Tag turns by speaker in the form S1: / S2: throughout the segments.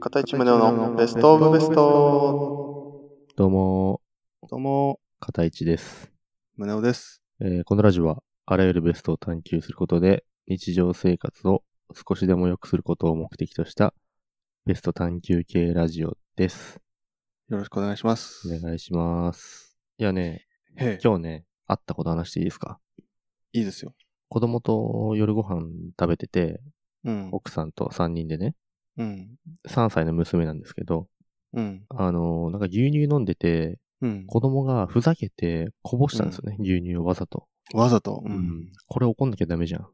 S1: 片市宗男のベストオブベスト。
S2: どうも、
S1: どうも、
S2: 片市です、
S1: 宗男です。
S2: えーこのラジオは、あらゆるベストを探求することで、日常生活を少しでも良くすることを目的とした、ベスト探求系ラジオです。
S1: よろしくお願いします。
S2: お願いします。いやね、
S1: へ
S2: 今日ね、会ったこと話していいですか
S1: え、いいですよ。
S2: 子供と夜ご飯食べてて、
S1: うん。
S2: 奥さんと3人でね、
S1: うん。
S2: 3歳の娘なんですけど、
S1: うん。
S2: あのーなんか牛乳飲んでて、
S1: うん。
S2: 子供がふざけてこぼしたんですよね、牛乳をわざと。
S1: わざと。う
S2: うんん。これ怒んなきゃダメじゃん。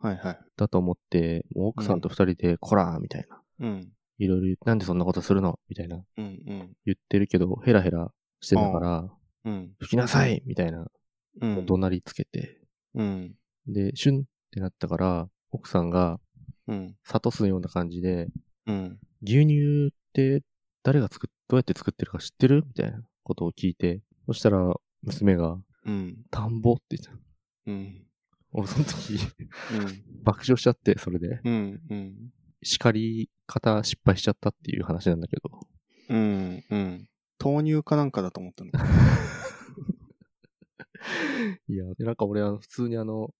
S1: はいはい。
S2: だと思って、もう奥さんと二人で、こらーみたいな。
S1: うん。
S2: いろいろ、なんでそんなことするのみたいな。
S1: うん。うん。
S2: 言ってるけど、ヘラヘラしてながら、
S1: うん。
S2: 吹きなさいみたいな、
S1: うん。
S2: 怒鳴りつけて。
S1: うん。
S2: で、シュンってなったから、奥さんが、
S1: うん。
S2: 諭すような感じで、
S1: うん。
S2: 牛乳って誰が作っ、どうやって作ってるか知ってるみたいなことを聞いて。そしたら、娘が、
S1: うん。
S2: 田んぼって言ってた。
S1: うん。
S2: 俺その
S1: う
S2: 時、
S1: ん。
S2: 爆笑しちゃって、それで。
S1: うん。うん。
S2: 叱り方失敗しちゃったっていう話なんだけど。
S1: うん。うん。豆乳かなんかだと思ったの。
S2: いや、でなんか俺は普通にあの、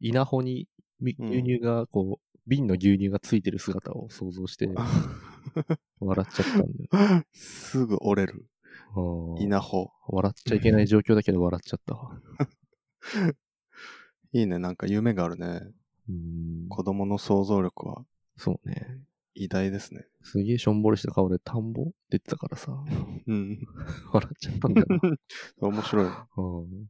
S2: 稲穂にみ
S1: うん
S2: 牛乳がこう、瓶の牛乳がついてる姿を想像して、笑っちゃった んだよ。
S1: すぐ折れる。
S2: あー
S1: 稲穂。
S2: 笑っちゃいけない状況だけど笑っちゃったわ。
S1: いいね。なんか夢があるね。
S2: うーん。
S1: 子供の想像力は
S2: そうね。
S1: 偉大ですね。
S2: すげえしょんぼりした顔で田んぼって言ってたか らさ、
S1: うん。
S2: 笑っちゃったんだよ な。
S1: 面白い。
S2: うん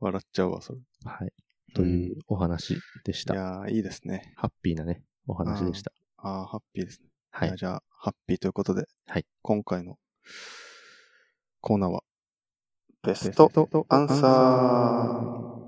S1: 笑っちゃうわ、それ。
S2: はい。というお話でし
S1: い
S2: た。
S1: やー、いいですね。
S2: ハッピーなね、お話でした。
S1: あー、ハッピーですね。
S2: はい
S1: や。じゃあ、ハッピーということで、
S2: はい
S1: 今回のコーナーは、ベストアンサ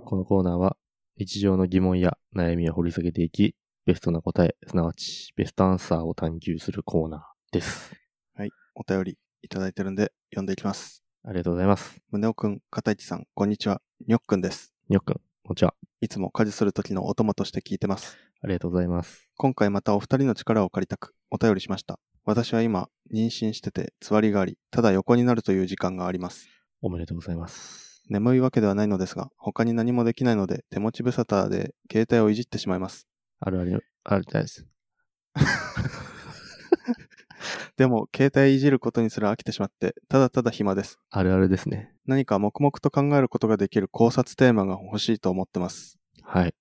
S2: このコーナーは日常の疑問や悩みを掘り下げていき、ベストな答え、すなわちベストアンサーを探求するコーナーです。
S1: ー。はい。お便りいただいてるんで、読んでいきます。
S2: ありがとうございます。
S1: 宗男くん、片市さん、こんにちは。にょっくんです。
S2: にょっくん、こんにちは。
S1: いつも家事する時のお供として聞いてます。
S2: ありがとうございます。
S1: 今回またお二人の力を借りたくお便りしました。私は今、妊娠してて、つわりがあり、ただ横になるという時間があります。
S2: おめでとうございます。
S1: 眠いわけではないのですが、他に何もできないので、手持ち無沙汰で携帯をいじってしまいます。
S2: あるある、あるです。
S1: でも、携帯いじることにすら飽きてしまって、ただただ暇です。
S2: あるあるですね。
S1: 何か黙々と考えることができる考察テーマが欲しいと思ってます。
S2: はい。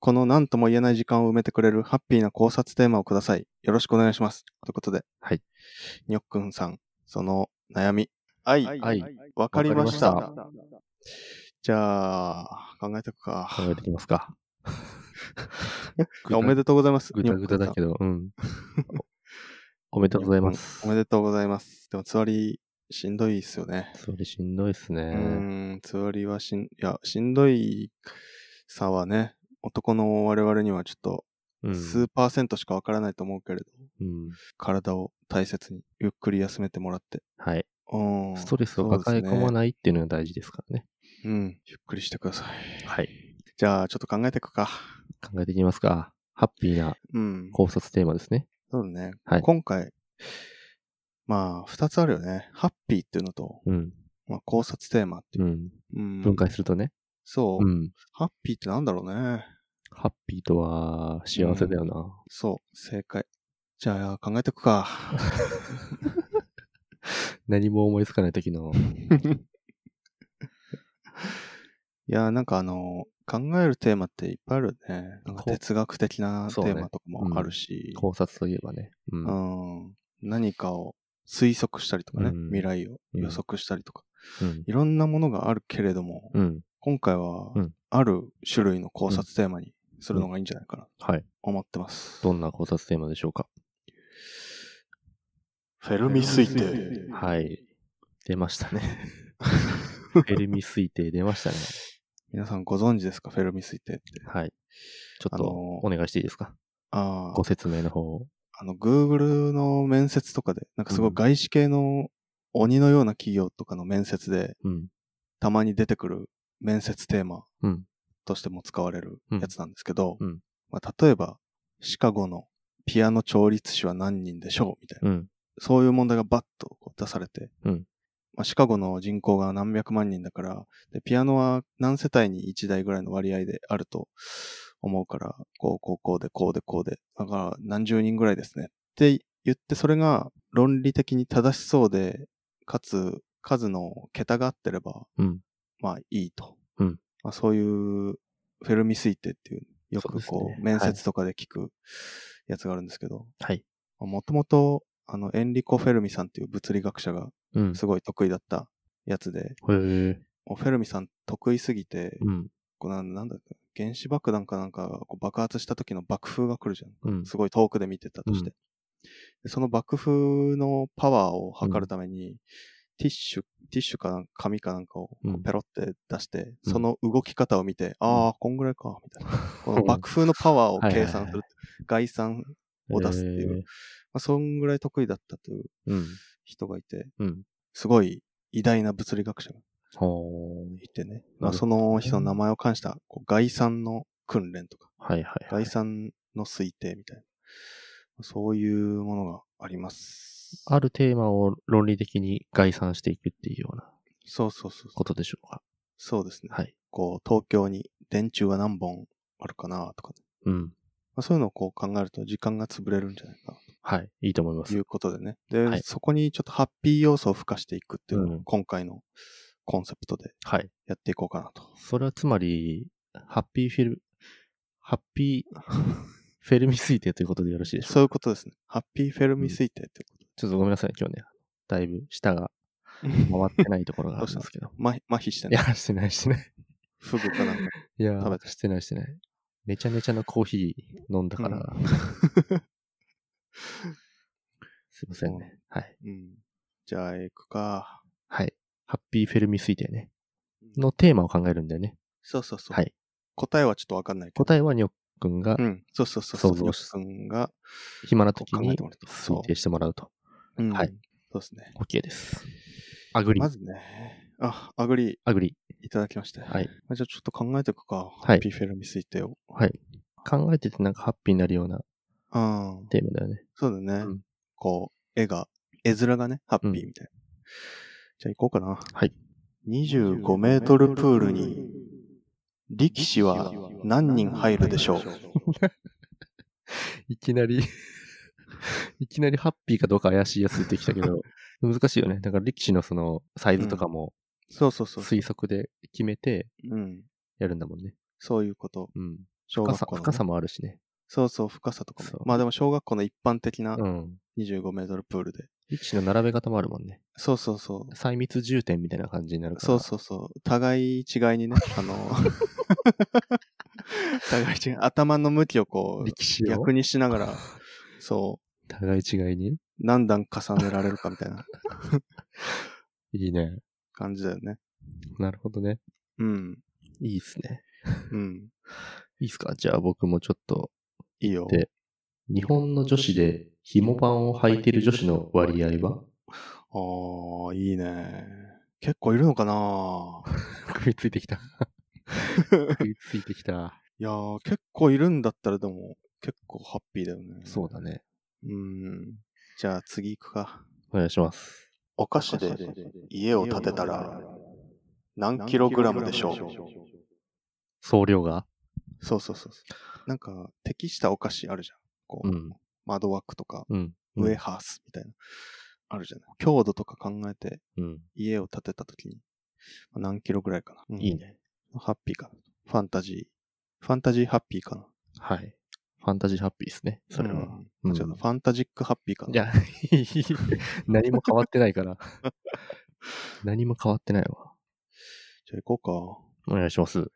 S1: この何とも言えない時間を埋めてくれるハッピーな考察テーマをください。よろしくお願いします。ということで、
S2: はい。
S1: にょっくんさん、その悩み。愛、わ、
S2: はい。
S1: かりました。
S2: わかり
S1: じゃあ、考えておくか。
S2: 考えていきますか。
S1: いやおめでとうございます。
S2: ぐたぐただけど、うん。 おおめでとうございます。
S1: おめでとうございます。でも、つわり、しんどいっすよね。
S2: それしんどいっすね。
S1: うーん、つわりはしん、いや、しんどいさはね、男の我々にはちょっと
S2: うん。
S1: 数パーセントしかわからないと思うけれど、
S2: うん
S1: 体を大切にゆっくり休めてもらって、
S2: はい。
S1: うん、
S2: ストレスを抱え込ま
S1: い
S2: ないっていうのが大事ですからね。
S1: う,、ん、ゆっくりしてください。
S2: はい。
S1: じゃあ、ちょっと考えていくか。
S2: 考えていきますか。ハッピーな
S1: うん、
S2: 考察テーマですね。
S1: そうだね。
S2: はい
S1: 今回、まあ、二つあるよね。ハッピーっていうのと、
S2: うん。
S1: まあ、考察テーマっていうう。
S2: ん。
S1: うん
S2: 分解するとね。
S1: そう、
S2: うん。
S1: ハッピーってなんだろうね。
S2: ハッピーとは幸せだよな。
S1: そう、正解。じゃあ、考えていく か。
S2: 何も思いつかない時の。
S1: いやー、なんかあのー、考えるテーマっていっぱいあるね。なんか
S2: こう
S1: 哲学的なテ
S2: そうね
S1: ーマとかもあるし、
S2: 考察といえばね。う。
S1: うんん、何かを推測したりとかね、
S2: うん
S1: 未来を
S2: うん
S1: 予測したりとか、
S2: うん。
S1: いろんなものがあるけれども、
S2: うん。
S1: 今回は
S2: うん
S1: ある種類の考察テーマにするのがいいんじゃないかなと
S2: はい。
S1: 思ってます。
S2: どんな考察テーマでしょうか。
S1: フェルミ推定。
S2: はい。出ましたね。 フェルミ推定出ましたね。
S1: 皆さんご存知ですかフェルミ推定って。
S2: はい。ちょっ
S1: あ
S2: と
S1: のー
S2: お願いしていいですか。
S1: ああ
S2: ご、説明の方を。
S1: あの、Google の面接とかで、なんかすごい外資系の鬼のような企業とかの面接で、
S2: うん。
S1: たまに出てくる面接テーマ
S2: うん
S1: としても使われるやつなんですけど、
S2: うんうん
S1: まあ、例えば、シカゴのピアノ調律師は何人でしょうみたいな。
S2: うん。
S1: そういう問題がバッとこう出されて、
S2: うん
S1: まあ、シカゴの人口が何百万人だからで、ピアノは何世帯に1台ぐらいの割合であると思うから、こう、こう、こうで、こうで、こうで、だから何十人ぐらいですねって言って、それが論理的に正しそうで、かつ数の桁が合ってれば、
S2: うん
S1: まあいいと。
S2: うん
S1: まあ、そういうフェルミ推定っていう、よく
S2: そう
S1: こ
S2: です
S1: う、
S2: ね
S1: 面
S2: はい
S1: 接とかで聞くやつがあるんですけど、
S2: はい。
S1: もともと、あの、エンリコ・フェルミさんっていう物理学者が
S2: うん。
S1: すごい得意だったやつで、
S2: へえ。
S1: もうフェルミさん得意すぎて、
S2: うん。
S1: こうなんなんだっけ、原子爆弾かなんかがこう爆発した時の爆風が来るじゃん。
S2: うん。
S1: すごい遠くで見てたとして。でその爆風のパワーを測るために、ティッシュ、ティッシュかなんか紙かなんかをこ
S2: う
S1: うんペロって出して、
S2: うん
S1: その動き方を見て、ああ、こんぐらいか、みたいな。こ
S2: う
S1: の
S2: ん
S1: 爆風のパワーを
S2: はいはい
S1: 計
S2: はい
S1: 算する。概算を出すっていう。まあ、そんぐらい得意だったという
S2: へえ。うん。
S1: 人がいて、
S2: うん。
S1: すごい偉大な物理学者が
S2: ほー。
S1: いてね、まあ、
S2: なる
S1: そ
S2: ほどね
S1: の人の名前を冠した、こう概算の訓練とか、
S2: はいはいはい
S1: 概。算の推定みたいな、そういうものがあります。
S2: あるテーマを論理的に概算していくっていうような
S1: そうそうそうそ
S2: こ
S1: う。
S2: とでしょうか。
S1: そうですね。
S2: はい。
S1: こう、東京に電柱は何本あるかなとか、
S2: うん。
S1: まあ、そういうのをこう考えると時間が潰れるんじゃないかな
S2: はい。いいと思いま
S1: と
S2: す
S1: い。うことでね。で、
S2: はい
S1: そこにちょっとハッピー要素を付加していくっていうの
S2: う
S1: を
S2: ん
S1: 今回のコンセプトで
S2: はい。
S1: やっていこうかなと。
S2: それはつまり、ハッピーフィル、ハッピー、 フェルミ推定ということでよろしいでしょうか
S1: そういうことですね。ハッピーフェルミ推定ってこ
S2: ちょっとごめんなさい、今日ね。だいぶ舌が
S1: と。
S2: 回ってないところがあるんですけど。
S1: ま、麻痺して
S2: い
S1: ね。
S2: や、してない、してない。
S1: フグかなんか。
S2: いや
S1: 食べ、た
S2: してない、してない。めちゃめちゃのコーヒー飲んだから。
S1: う
S2: すいませんね。はい。
S1: うん。じゃあ、行くか。
S2: はい。ハッピーフェルミ推定ね。のテーマを考えるんだよね。
S1: そうそうそう。
S2: はい。
S1: 答えはちょっとわかんないけど。
S2: 答えはニョックンが
S1: うん。そうそうそうそう。
S2: 想像し
S1: さんが、
S2: 暇な時
S1: こう考え
S2: に
S1: てもらうと
S2: 推定してもらうと。
S1: うん
S2: はい。
S1: そうですね。
S2: OK です。アグリ
S1: ま。ずね、あ、アグリ
S2: アグリ。
S1: いただきまして。
S2: はい。
S1: まあじゃあちょっと考えていくか。はいハッピーフェルミ推定を。
S2: はい。考えててなんかハッピーになるような
S1: うん。
S2: テーマだよね。
S1: そうだね
S2: うん。
S1: こう、絵が、絵面がね、ハッピーみたいな。じゃあ行こうかな。
S2: はい。
S1: 25メートルプールに、力士は何人入るでしょう
S2: いきなり、 いきなりハッピーかどうか怪しいやつ出てきた けど、難しいよね。だから力士のそのサイズとかも
S1: そうそうそう。
S2: 推測で決めて
S1: うん。
S2: やるんだもんね。
S1: そういうこと。
S2: うん。
S1: 小
S2: 深
S1: 学
S2: さ
S1: 校のね、
S2: 深さもあるしね。
S1: そうそう、深さとか
S2: そ
S1: も。
S2: う
S1: まあでも小学校の一般的な
S2: うん。
S1: 25メートルプールで。
S2: 力士の並べ方もあるもんね。
S1: そうそうそう。
S2: 細密重点みたいな感じになるから。
S1: そうそうそう。互い違いにね、あの、互い違い、頭の向きをこう、
S2: 力士を
S1: 逆にしながら、そ
S2: 互い違いに
S1: う、何段重ねられるかみたいない
S2: いね。
S1: 感じだよね。
S2: なるほどね。
S1: うん。
S2: いいっすね。
S1: うん。
S2: いいっすかじゃあ僕もちょっと、
S1: いいよ。
S2: で日本の女子で紐パンを履いてる女子の割合 は
S1: ああ、いいね。結構いるのかな
S2: 食いついてき た。食いついてきた。
S1: いやー、結構いるんだったらでも、結構ハッピーだよね。
S2: そうだね。
S1: うん。じゃあ次行くか。
S2: お願いします。
S1: お菓子で家を建てたら何キログラムでしょう
S2: 総量が
S1: そうそうそうそう。なんか適したお菓子あるじゃん。こう、
S2: うん。
S1: 窓枠とか、
S2: うん。
S1: ウェハースみたいな。あるじゃない。強度とか考えて
S2: うん。
S1: 家を建てたときにまあ何キロぐらいかな。うん
S2: いい。ね。
S1: ハッピーかな。ファンタジー。ファンタジーハッピーかな。
S2: はい。ファンタジーハッピーですね。それは。
S1: う
S2: うんん
S1: ちょっとファンタジックハッピーかな。
S2: いや、いい 何も変わってないから。 何も変わってないわ。
S1: じゃあ行こう
S2: お願いします。
S1: か。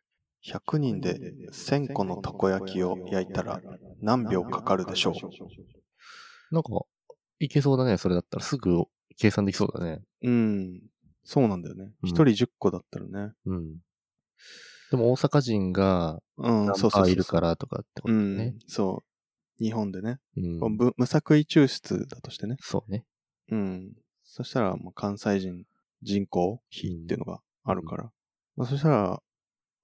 S1: 100人で1000個のたこ焼きを焼いたら何秒かかるでしょう
S2: なんか、いけそうだね。それだったらすぐ計算できそうだね。
S1: うん。そうなんだよね。
S2: うん
S1: 一、人10個だったらね。
S2: うん。でも大阪人が
S1: うん、
S2: 何
S1: そうそ
S2: パ
S1: うそう
S2: ー
S1: そう。
S2: いるからとかって
S1: う
S2: ことだよね
S1: ん。、そう。日本でね。
S2: うん
S1: こうぶ無作為抽出だとしてね。
S2: そうね。
S1: うん。そしたら、まあ、関西人人口比っていうのがあるから。まあ、そしたら、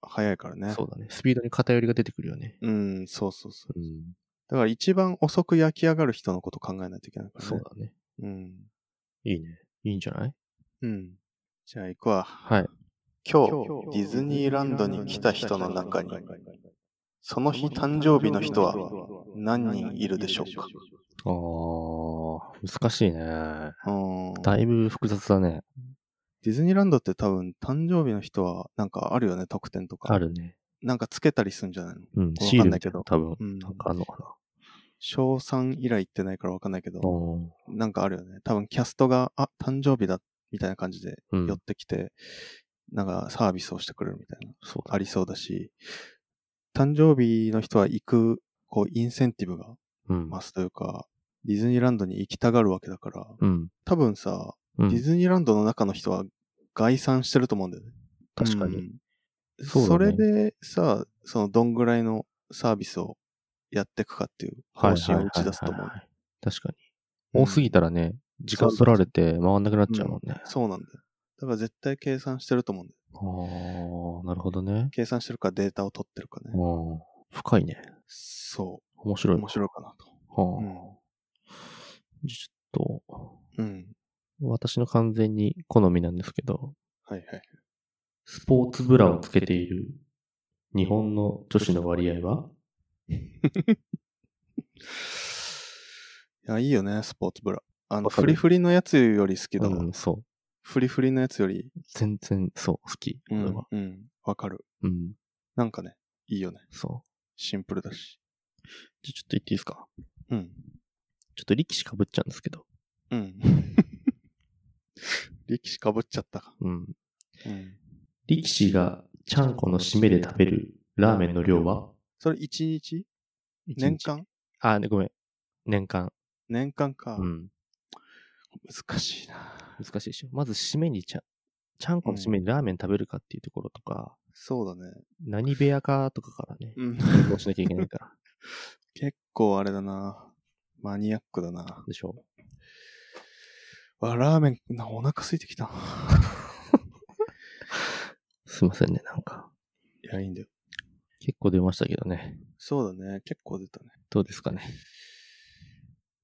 S1: 早いからね。
S2: そうだね。スピードに偏りが出てくるよね。
S1: うん、そうそうそう。
S2: うん。
S1: だから一番遅く焼き上がる人のこと考えないといけないからね。
S2: そうだね。
S1: うん。
S2: いいね。いいんじゃない
S1: うん。じゃあ行くわ。
S2: はい。
S1: 今日、ディズニーランドに来た人の中に、その日誕生日の人は何人いるでしょうか
S2: あー、難しいね。
S1: うん。
S2: だいぶ複雑だね。
S1: ディズニーランドって多分誕生日の人はなんかあるよね、特典とか。
S2: あ。るね。
S1: なんかつけたりすんじゃないの
S2: うん、
S1: かんないけど
S2: シールみたいなの多分、
S1: うん
S2: なんかあんのか
S1: 小3以来行ってないからわかんないけど
S2: な。、お
S1: なんかあるよね。多分キャストが、あ、誕生日だ、みたいな感じで
S2: ーう
S1: 寄っ
S2: ん、
S1: てきて、なんかサービスをしてくれるみたいな、
S2: そうだ
S1: ありそうだし、誕生日の人は行く、こう、インセンティブが
S2: うん。
S1: 増すというか、ディズニーランドに行きたがるわけだから、
S2: うん。
S1: 多分さ、
S2: う
S1: ディ
S2: ん。
S1: ズニーランドの中の人は概算してると思うんだよね。
S2: 確かに。
S1: うん
S2: そうだね
S1: それでさ、そのどんぐらいのサービスをやっていくかっていう方針を打ち出すと思う。
S2: はい確かに。多すぎたらね、時間取られて回んなくなっちゃうもんね。
S1: そうなんだよ。だから絶対計算してると思うんだよ。
S2: ああ、なるほどね。
S1: 計算してるかデータを取ってるか
S2: う
S1: ね。
S2: ん。深いね。
S1: そ
S2: 面
S1: う。
S2: 白いわ。
S1: 面白いかなと。
S2: はあ
S1: うん
S2: じゃあちょっと、
S1: うん。
S2: 私の完全に好みなんですけど、
S1: はいはい。
S2: スポーツブラをつけている日本の女子の割合はい
S1: や、いいよね、スポーツブラ。あの、
S2: わか
S1: フ
S2: る
S1: リフリのやつより好きだわ。
S2: うん、そう。
S1: フリフリのやつより、
S2: 全然、そう、好き。
S1: う
S2: 俺
S1: ん
S2: は。、
S1: うん、わかる。
S2: うん、
S1: なんかね、いいよね。
S2: そう。
S1: シンプルだし。
S2: じゃあちょっと言っていいですか
S1: うん。
S2: ちょっと力士かぶっちゃうんですけど。
S1: うん。力士かぶっちゃったか。
S2: うん。
S1: うん。
S2: 力士がちゃんこの締めで食べるラーメンの量は
S1: それ1日年間
S2: あ、ねごめん。年間。
S1: 年間か。
S2: うん。
S1: 難しいな。
S2: 難しいでしょ。まず締めにちゃん、ちゃんこの締めにラーメン食べるかっていうところとか、
S1: そうだね。
S2: 何部屋かとかからね、
S1: うん。
S2: 連動しなきゃいけな いから。
S1: 結構あれだな。マニアックだな。
S2: でしょ。
S1: わ、ラーメン、なお腹空いてきた。
S2: すいませんね、なんか。
S1: いや、いいんだよ。
S2: 結構出ましたけどね。
S1: そうだね。結構出たね。
S2: どうですかね。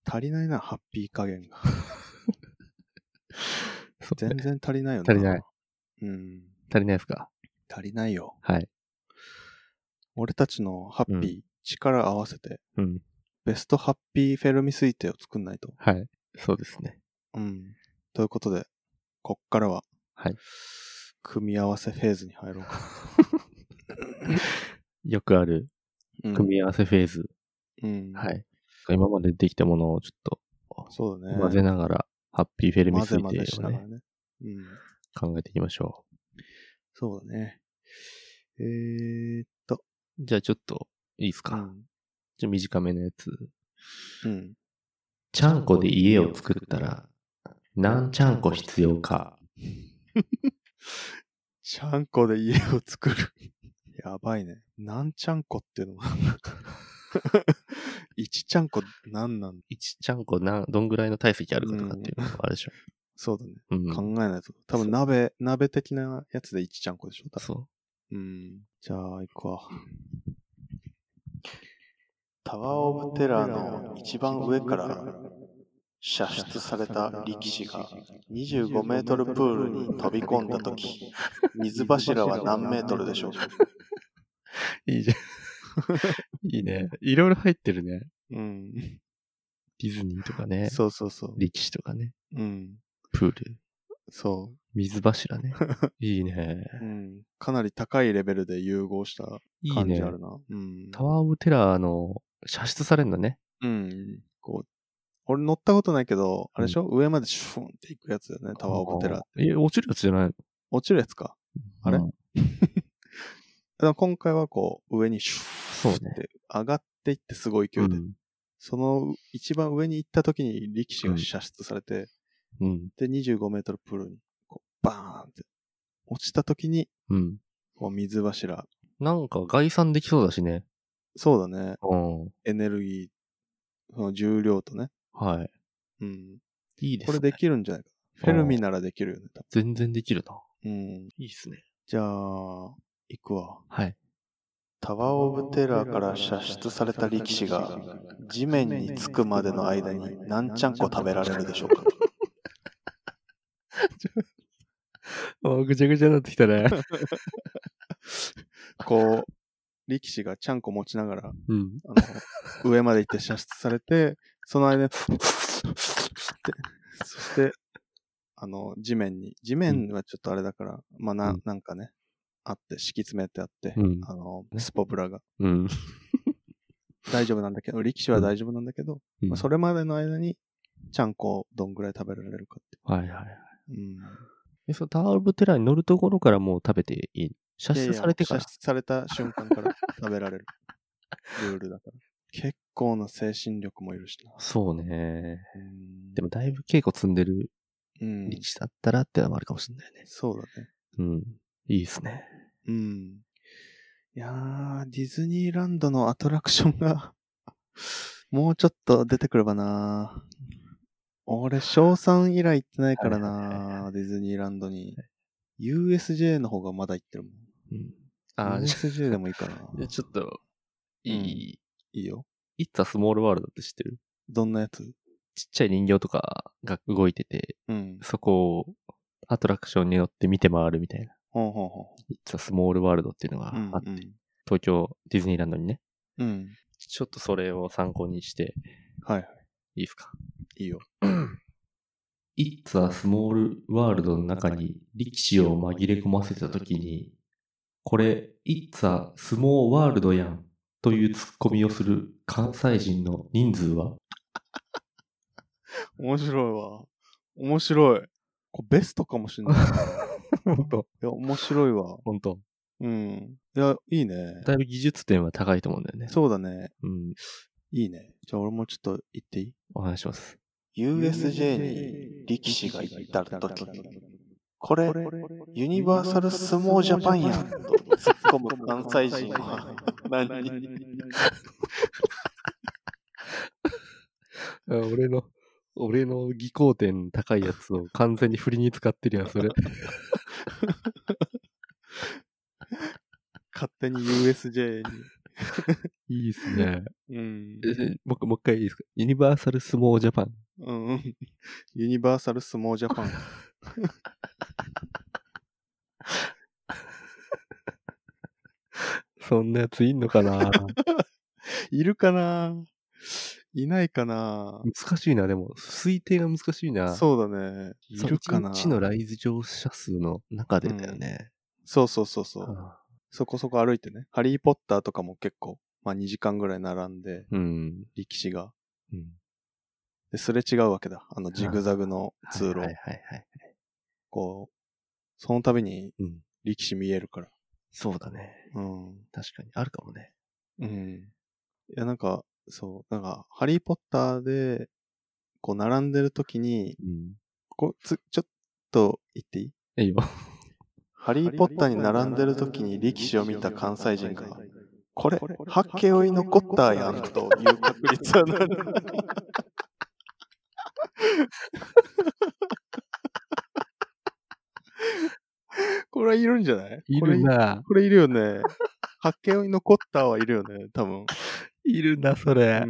S1: 足りないな、ハッピー加減が。
S2: そう
S1: 全然足りないよね。
S2: 足りない。
S1: うん。
S2: 足りないですか
S1: 足りないよ。
S2: はい。
S1: 俺たちのハッピー、力合わせて、
S2: うん。
S1: ベストハッピーフェルミ推定を作んないと。
S2: はい。そうですね。
S1: うん。ということで、こっからは、
S2: はい。
S1: 組み合わせフェーズに入ろうか。
S2: よくある
S1: うん
S2: 組み合わせフェーズ。
S1: うん。。
S2: はいい。今までできたものをちょ
S1: そう
S2: っ
S1: だ
S2: と
S1: ね。
S2: 混ぜながら、ハッピーフェルミ
S1: 混ぜ
S2: 推
S1: 混ぜし
S2: 定を
S1: なが
S2: ね
S1: ら、ね。うん。
S2: 考えていきましょ
S1: そうだね。えーっと。
S2: う。じゃあちょっと、いいですか、
S1: うん
S2: じゃあ短めのやつ。
S1: うん。
S2: ちゃんこで家を作ったら、何ちゃんこ必要か。
S1: ちゃんこで家を作る。 やばいね。なんちゃんこっていうのも。 一ちゃんこなんなん
S2: 一ちゃんこなん、どんぐらいの体積あるかとかっていうのがあるでしょ。
S1: そうだね。
S2: うん。
S1: 考えないと。多
S2: そう
S1: 分鍋、鍋的なやつで一ちゃんこでしょ多分
S2: そう。
S1: うん。じゃあ、行くわ。タワーオブテラーの一番上から射出された力士が25メートルプールに飛び込んだとき、水柱は何メートルでしょうか
S2: いいじゃん。いいね。いろいろ入ってるね。
S1: うん。
S2: ディズニーとかね。
S1: そうそうそう。
S2: 力士とかね。
S1: うん。
S2: プール。
S1: そ
S2: 水柱 ね。いいね。
S1: う。うん。かなり高いレベルで融合した
S2: いい
S1: 感
S2: ね
S1: じあ。るな。うん。
S2: タワーオブテラーの射出されるんだね。
S1: うん。こう。俺乗ったことないけど、あれでしょ、上までシューンって行くやつだよね。タワーオブテラー。
S2: ー。え、落ちるやつじゃないの
S1: 落ちるやつか。あれ
S2: うん
S1: だから今回はこう、上にシューンっ
S2: そうね
S1: て上がっていってすごい勢
S2: う
S1: いで。
S2: ん。
S1: その一番上に行った時に力士が射出されて、
S2: うん。
S1: で25メートルプールに、こう、バーンって。落ちた時に、
S2: うん。
S1: こう水柱。
S2: なんか概算できそうだしね。
S1: そうだね。
S2: うん。
S1: エネルギー、その重量とね。
S2: はい。
S1: うん。
S2: いいです
S1: こ
S2: ね。
S1: れできるんじゃないか。フェルミならできるよね、多
S2: 全然できるな。
S1: 分。うん。
S2: いいっすね。
S1: じゃあ、行くわ。
S2: はい。
S1: タワー・オブ・テラーから射出された力士が地面につくまでの間に何ちゃんこ食べられるでしょうか
S2: あぐちゃぐちゃになってき たね。
S1: こう、力士がちゃんこ持ちながら、
S2: うん。
S1: あの上まで行って射出されて、その間 に、って、そして、あの、地面に、地面はちょっとあれだから、まあな、
S2: うん
S1: なんかね、あって、敷き詰めてあって、
S2: うん
S1: あの、
S2: ね
S1: スポブラが
S2: うん。
S1: 大丈夫なんだけど、力士は大丈夫なんだけど、まあそれまでの間に、ちゃんこをどんぐらい食べられるかって。
S2: はいはい。
S1: うん。
S2: え、そのタワーオブテラーに乗るところからもう食べていい射
S1: いやい
S2: 出
S1: や
S2: されてから
S1: 射。出された瞬間から食べられる。ルールだから。結構な精神力もいるしな。
S2: そうね。
S1: うん
S2: でも、だいぶ稽古積んでる
S1: うん。
S2: 力士だったらってのもあるかもしれないね。
S1: そうだね。
S2: うん。いいですね。
S1: うん。いやー、ディズニーランドのアトラクションが、 もうちょっと出てくればな俺、小3以来行ってないから
S2: はいはいはい
S1: なディズニーランドに。USJ の方がまだ行ってるもん。
S2: うん。ああ、じゃ
S1: USJ でもいいか な
S2: あ、ちょっと、い
S1: いいよ。
S2: い、It's a Small World って知ってる
S1: どんなやつ
S2: ちっちゃい人形とかが動いてて、
S1: うん。
S2: そこをアトラクションに乗って見て回るみたいな。
S1: ほうほうほ
S2: It's a Small World っていうのがあ
S1: う。
S2: っ
S1: う
S2: て、
S1: ん、うん。
S2: 東京ディズニーランドにね。
S1: うん。
S2: ちょっとそれを参考にして、
S1: はいはい
S2: いですか。
S1: い。 いいよ。
S2: It's a Small World の中に力士を紛れ込ませたときに、これ、It's a Small World やんというツッコミをする関西人の人数は
S1: 面白いわ。面白い。これベストかもしんない。
S2: 本当
S1: いや、面白いわ。
S2: 本当
S1: うん。いや、いいね。
S2: だいぶ技術点は高いと思うんだよね。
S1: そうだね。
S2: うん。
S1: いいね。じゃあ俺もちょっと言っていい
S2: お話します。
S1: ?USJ に力士が行ったとき、これ、ユニバーサル相撲ジャパンやんと突っ込む関西人は何人
S2: 俺の、俺の技巧点高いやつを完全に振りに使ってるやん、そ れ。
S1: 勝手に USJ
S2: いいっすね。
S1: に。うん。
S2: 僕、もう一回いいですかユニバーサル相撲ジャパン。
S1: うん。ユニバーサル相撲ジャ パン。
S2: そんなやついんのか な
S1: いるかないないかな
S2: 難しいな、でも、推定が難しいな。
S1: そうだね。いるかな
S2: 1日の来場者数の中でだよね。
S1: そうそうそうそうう。
S2: ん。
S1: そこそこ歩いてね。ハリーポッターとかも結構、まあ2時間ぐらい並んで、
S2: うん。
S1: 力士が。
S2: うん
S1: ですれ違うわけだ。あの、ジグザグの通路を
S2: はいはいはいはい。
S1: こう、その度に
S2: うん。
S1: 力士見えるから。
S2: そうだね。
S1: うん。
S2: 確かに。あるかもね。
S1: うん。いや、なんか、そう、なんか、ハリーポッターで、こう、並んでる時に、
S2: うん。
S1: こう、つ、ちょっと言っていい
S2: えいよ。
S1: ハリーポッターに並んでる時に力士を見た関西人が、これ、八景追い残ったやん、という確率は何これはいるんじゃない
S2: い
S1: これ
S2: るな。
S1: これいるよね。発見に残ったはいるよね、多分。
S2: いるな、そうれ。
S1: ん。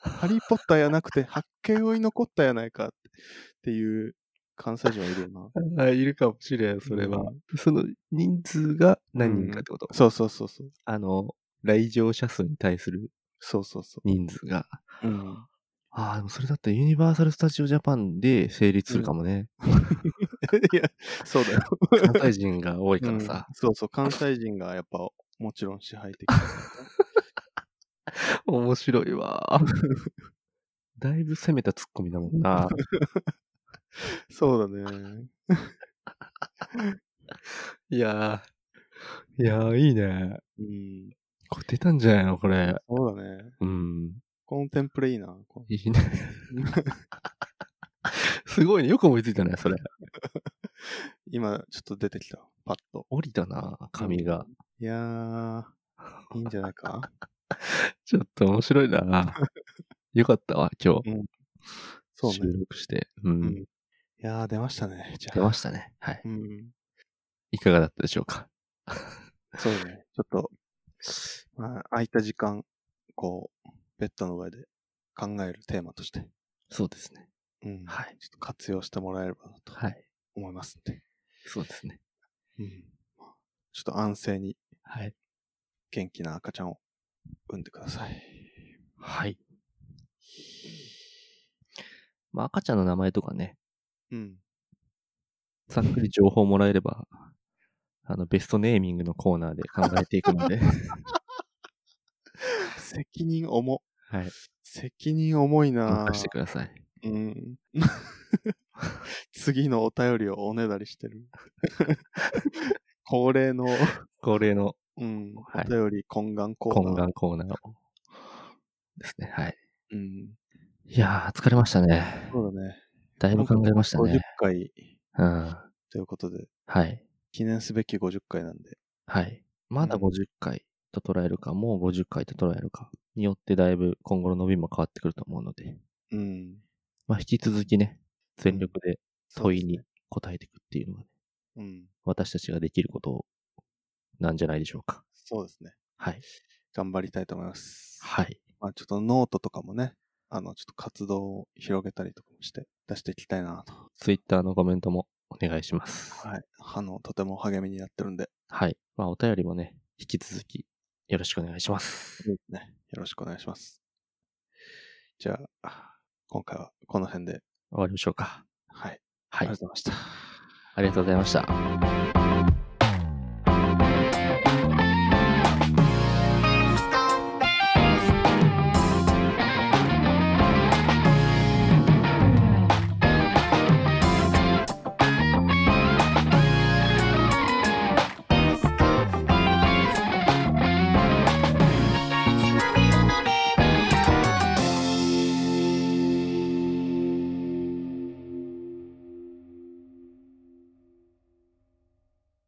S1: ハリーポッターやなくて、発見を残ったやないかってっていう関西人はいるよな。
S2: あいるかもしれん、それは。
S1: う
S2: その人数が何人かってこと、
S1: そうそうそうそう。
S2: あの、来場者数に対する
S1: そうそうそ
S2: 人数が。
S1: う。 うん。
S2: ああ、でもそれだったらユニバーサル・スタジオ・ジャパンで成立するかもね。
S1: いや、そうだよ。
S2: 関西人が多いからさ
S1: う。んそうそう、関西人がやっぱ、もちろん支配的。
S2: 面白いわー。 だいぶ攻めたツッコミだもんな。
S1: そうだね。
S2: いやー。いやー、いいね。
S1: うん。
S2: これ出たんじゃないのこれ。
S1: そうだね。
S2: うん。
S1: このテンプレいいな。こ
S2: い いね。すごいね。よく思いついたね、それ。
S1: 今、ちょっと出てきた。パッと。
S2: 降りたな、髪が。
S1: いやー、いいんじゃないか
S2: ちょっと面白い な。よかったわ、今日。
S1: そう
S2: 収
S1: ね。
S2: 録して。うん。
S1: うんいやー、出ましたね。じゃ
S2: 出
S1: あ。
S2: ましたね。はい。
S1: うん。
S2: いかがだったでしょうか。
S1: そうね。ちょっと、あ空いた時間、こう、ベッドの上で考えるテーマとして、
S2: そうですね。
S1: うん
S2: は
S1: ちょっと活用してもらえればなと
S2: はい。
S1: 思いますんで、
S2: そうですね。
S1: うんちょっと安静に
S2: はい。
S1: 元気な赤ちゃんを産んでください。
S2: はい。まあ、赤ちゃんの名前とかね、
S1: うん。
S2: ざっくり情報もらえれば、 あの、ベストネーミングのコーナーで考えていくの で、
S1: 責任重。
S2: はい。
S1: 責任重いなぁ
S2: 任してください。
S1: うん。 次のお便りをおねだりして る。恒例の、
S2: 恒例の
S1: うん、
S2: はい
S1: お便り懇願コーナー。
S2: 懇願コーナーを。ですね。はい。
S1: うん。
S2: いやー、疲れましたね。
S1: そうだね。
S2: だいぶ考えました
S1: 50
S2: ね。
S1: 回
S2: うん。
S1: ということで、
S2: はい。
S1: 記念すべき50回なんで。
S2: はい。まだ
S1: うん
S2: 50回と捉えるか、もう50回と捉えるかによってだいぶ今後の伸びも変わってくると思うので、
S1: うん。
S2: まあ引き続きね、全力で問いに
S1: そうですね。
S2: 答えていくっていうのがね、
S1: うん。
S2: 私たちができることなんじゃないでしょうか。
S1: そうですね。
S2: はい。
S1: 頑張りたいと思います。
S2: はい。
S1: まあちょっとノートとかもね、あの、ちょっと活動を広げたりとかもして出していきたいなと。
S2: ツイッターのコメントもお願いします。
S1: はい。あの、とても励みになってるんで、
S2: はい。まあお便りもね、引き続きよろしくお願いします。
S1: ね、よろしくお願いします。じゃあ、今回はこの辺で、
S2: 終わりましょうか。
S1: はい。
S2: はい
S1: ありがとうございました。
S2: ありがとうございました。